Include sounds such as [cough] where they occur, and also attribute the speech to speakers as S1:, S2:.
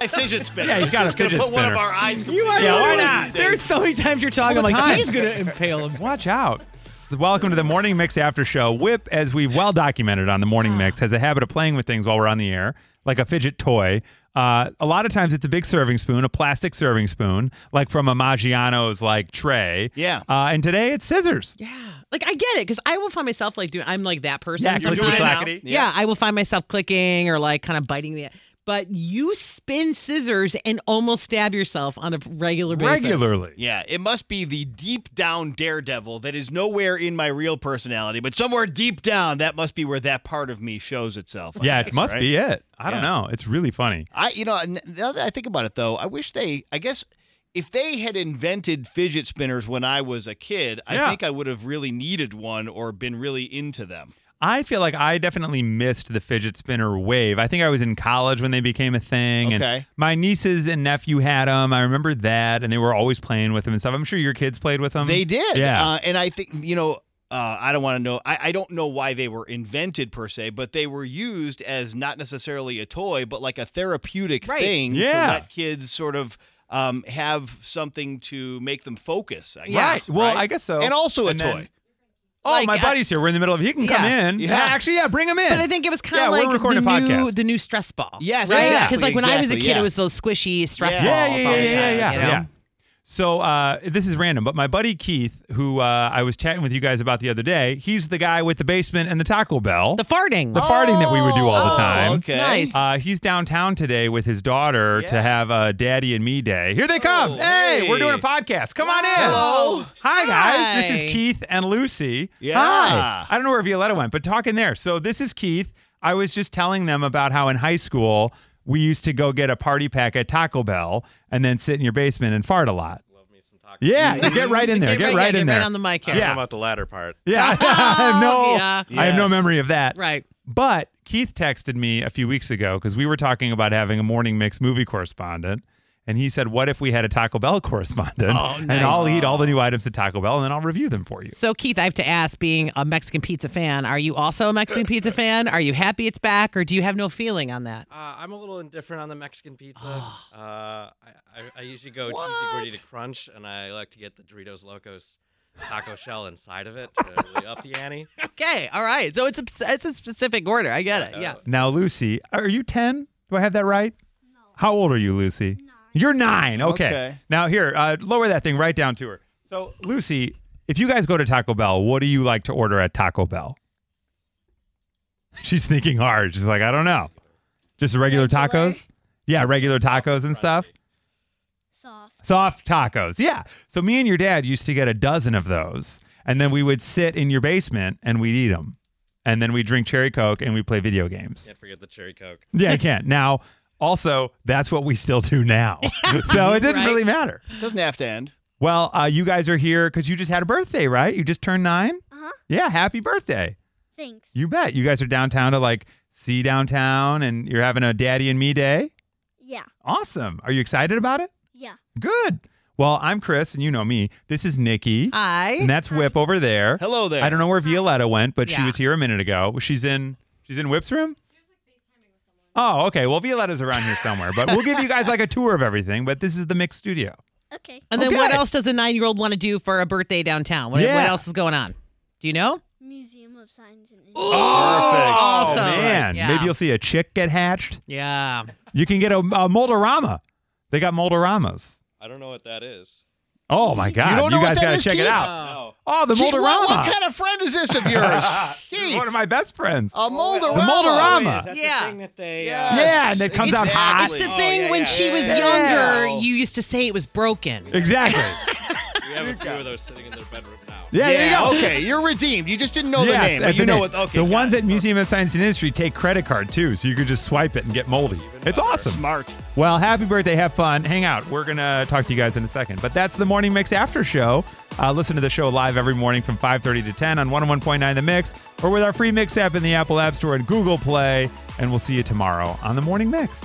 S1: my fidget spinner.
S2: Yeah, he's got a
S1: just gonna
S2: fidget
S1: put one of
S2: spinner.
S1: our eyes.
S3: You are
S2: Yeah, why
S3: literally-
S2: not?
S3: There's so many times you're talking.
S2: All
S3: I'm
S2: the
S3: like,
S2: time.
S3: he's gonna impale him.
S2: Watch out. Welcome to the Morning Mix After Show. Whip, as we've well documented on the Morning Mix, has a habit of playing with things while we're on the air, like a fidget toy. Uh, a lot of times it's a big serving spoon, a plastic serving spoon, like from a Maggiano's like tray.
S1: Yeah.
S2: Uh, and today it's scissors.
S3: Yeah, like I get it because I will find myself like doing. I'm like that person.
S2: Yeah,
S1: You're
S2: clicky
S1: doing it now.
S2: clackety.
S3: Yeah, I will find myself clicking or like kind of biting the. e-, But you spin scissors and almost stab yourself on a regular basis.
S2: Regularly.
S1: Yeah, it must be the deep down daredevil that is nowhere in my real personality, but somewhere deep down, that must be where that part of me shows itself. I
S2: Yeah,
S1: guess,
S2: it must
S1: right?
S2: be it. I don't
S1: Yeah.
S2: know. It's really funny.
S1: I, you know, n- now that I think about it though, I wish they, I guess, if they had invented fidget spinners when I was a kid, I
S2: Yeah.
S1: think I would have really needed one or been really into them.
S2: I feel like I definitely missed the fidget spinner wave. I think I was in college when they became a thing, and
S1: Okay.
S2: my nieces and nephew had them. I remember that, and they were always playing with them and stuff. I'm sure your kids played with them.
S1: They did.
S2: Um, Yeah.
S1: Uh, and I think, you know, uh, I don't want to know. I, I don't know why they were invented per se, but they were used as not necessarily a toy, but like a therapeutic
S3: Right.
S1: thing
S2: Yeah.
S1: to let kids sort of um, have something to make them focus. I
S3: Yeah.
S1: guess,
S2: Right. Well,
S1: right?
S2: I guess so.
S1: And also a
S2: And then-
S1: toy.
S2: oh,
S3: Like,
S2: my
S3: uh,
S2: buddy's here. We're in the middle of. He can come
S3: Yeah.
S2: in.
S1: Yeah.
S2: Actually, yeah, bring him in.
S3: But I think it was kind
S2: Yeah,
S3: of
S2: we're
S3: like
S2: recording
S3: the
S2: a
S3: new
S2: podcast.
S3: the new stress ball.
S1: Yes,
S3: right?
S1: exactly,
S3: Because like when I was a
S1: exactly,
S3: kid,
S1: yeah.
S3: it was those squishy stress
S1: Yeah.
S2: yeah,
S3: balls
S2: yeah,
S3: all
S2: yeah,
S3: the
S2: yeah, yeah,
S3: time.
S2: yeah,
S3: you know?
S2: yeah. So uh, this is random, but my buddy Keith, who uh, I was chatting with you guys about the other day, he's the guy with the basement and the Taco Bell,
S3: The farting.
S2: the farting that we would do all the
S1: Oh,
S2: time.
S1: Okay.
S3: Nice.
S2: Uh, he's downtown today with his daughter to
S1: Yeah.
S2: have a daddy and me day. Here they come.
S1: Oh,
S2: hey,
S1: hey.
S2: we're doing a podcast. Come on in.
S1: Hello.
S2: Hi, guys. This
S3: Hi.
S2: is Keith and Lucy.
S1: Yeah.
S2: Hi. I don't know where Violetta went, but talk in there. So this is Keith. I was just telling them about how in high school we used to go get a party pack at Taco Bell and then sit in your basement and fart a lot. Love me some Taco Yeah, you get
S3: [laughs]
S2: right in there. Get,
S3: yeah,
S2: right
S3: get
S2: in there.
S3: Right on the mic here.
S2: Yeah.
S4: about the latter part.
S2: yeah. [laughs] I have no
S3: yeah.
S2: I have no
S1: Yes.
S2: memory of that.
S3: Right.
S2: But Keith texted me a few weeks ago because we were talking about having a morning mix movie correspondent. And he said, What if we had a Taco Bell [laughs] correspondent?
S1: Oh,
S2: And
S1: nice.
S2: I'll eat all the new items at Taco Bell and then I'll review them for you.
S3: So Keith, I have to ask, being a Mexican pizza fan, are you also a Mexican pizza fan? Are you happy it's back, or do you have no feeling on that?
S4: Uh, I'm a little indifferent on the Mexican pizza. uh, I, I, I usually go cheesy gordita crunch, and I like to get the Doritos Locos taco shell inside of it to really up the ante.
S3: Okay, all right. So it's a it's a specific order. I get it. Yeah.
S2: Now, Lucy, are you 10? Do I have that right? No. How old are you, Lucy? Nine. You're nine. Okay.
S1: Okay.
S2: Now, here, uh, lower that thing right down to her. So, Lucy, if you guys go to Taco Bell, what do you like to order at Taco Bell? [laughs] She's thinking hard. She's like, I don't know. Just regular tacos? Yeah, regular tacos and stuff.
S5: Soft.
S2: Soft tacos. Yeah. So, me and your dad used to get a dozen of those, and then we would sit in your basement and we'd eat them. And then we drink cherry coke and we play video games.
S4: Can't forget the cherry coke.
S2: Yeah, I can't. Now, also, that's what we still do
S3: [laughs]
S2: now. so it didn't
S3: Right.
S2: really matter.
S1: Doesn't have to end.
S2: Well, uh, you guys are here because you just had a birthday, right? You just turned nine?
S5: Uh-huh.
S2: Yeah, happy birthday.
S5: Thanks.
S2: You bet. You guys are downtown to like see downtown and you're having a daddy and me day.
S5: yeah.
S2: Awesome. Are you excited about it?
S5: Yeah.
S2: Good. Well, I'm Chris and you know me. This is Nikki.
S3: Hi.
S2: And that's Whip over there.
S1: Hello there.
S2: I don't know where Violetta went, but she
S3: Yeah.
S2: was here a minute ago. She's in she's in Whip's room? Oh, okay. Well, Violetta's around here somewhere, but we'll give you guys like a tour of everything. But this is the mixed studio.
S5: Okay.
S3: And then what
S2: Okay.
S3: else does a nine year old want to do for a birthday downtown? What,
S2: Yeah.
S3: what else is going on? Do you know?
S5: Museum of Science
S1: [laughs]
S5: and
S1: Perfect.
S2: Oh,
S3: Awesome.
S2: man,
S3: Yeah.
S2: maybe you'll see a chick get hatched.
S3: Yeah.
S2: You can get a, a Moldorama. They got Moldoramas.
S4: I don't know what that is.
S2: Oh my God!
S1: don't know what
S2: guys
S1: that
S2: gotta
S1: is,
S2: check it
S1: Keith?
S2: out.
S3: Uh,
S4: No.
S2: Oh, the
S1: Keith,
S2: Moldorama.
S1: What, what kind of friend is this of
S2: [laughs]
S1: yours?
S2: He's
S1: Keith. Oh.
S2: one of my best friends.
S1: a Moldorama.
S2: The Moldorama.
S4: Oh, Wait, is that
S3: Yeah.
S4: the thing that they?
S1: Yes.
S4: Uh,
S2: Yeah, and it comes out hot.
S3: It's the
S4: Oh,
S3: thing
S4: yeah,
S3: when
S4: yeah.
S3: she was
S2: Yeah.
S3: younger,
S4: Yeah.
S3: you used to say it was broken.
S1: [laughs]
S2: Exactly.
S4: We have a few of those sitting in their bedroom now.
S2: Yeah, there you go.
S1: Okay, you're redeemed. You just didn't know
S2: Yes,
S1: the name.
S2: at
S1: But
S2: the
S1: you know
S2: name.
S1: what? Okay,
S2: the
S1: got
S2: ones
S1: it.
S2: at Museum of Science and Industry take credit card too, so you can just swipe it and get moldy. It's awesome.
S1: smart.
S2: Well, happy birthday. Have fun. Hang out. We're going to talk to you guys in a second. But that's the Morning Mix After Show. Uh, listen to the show live every morning from 5.30 to 10 on 101.9 The Mix or with our free Mix app in the Apple App Store and Google Play. And we'll see you tomorrow on the Morning Mix.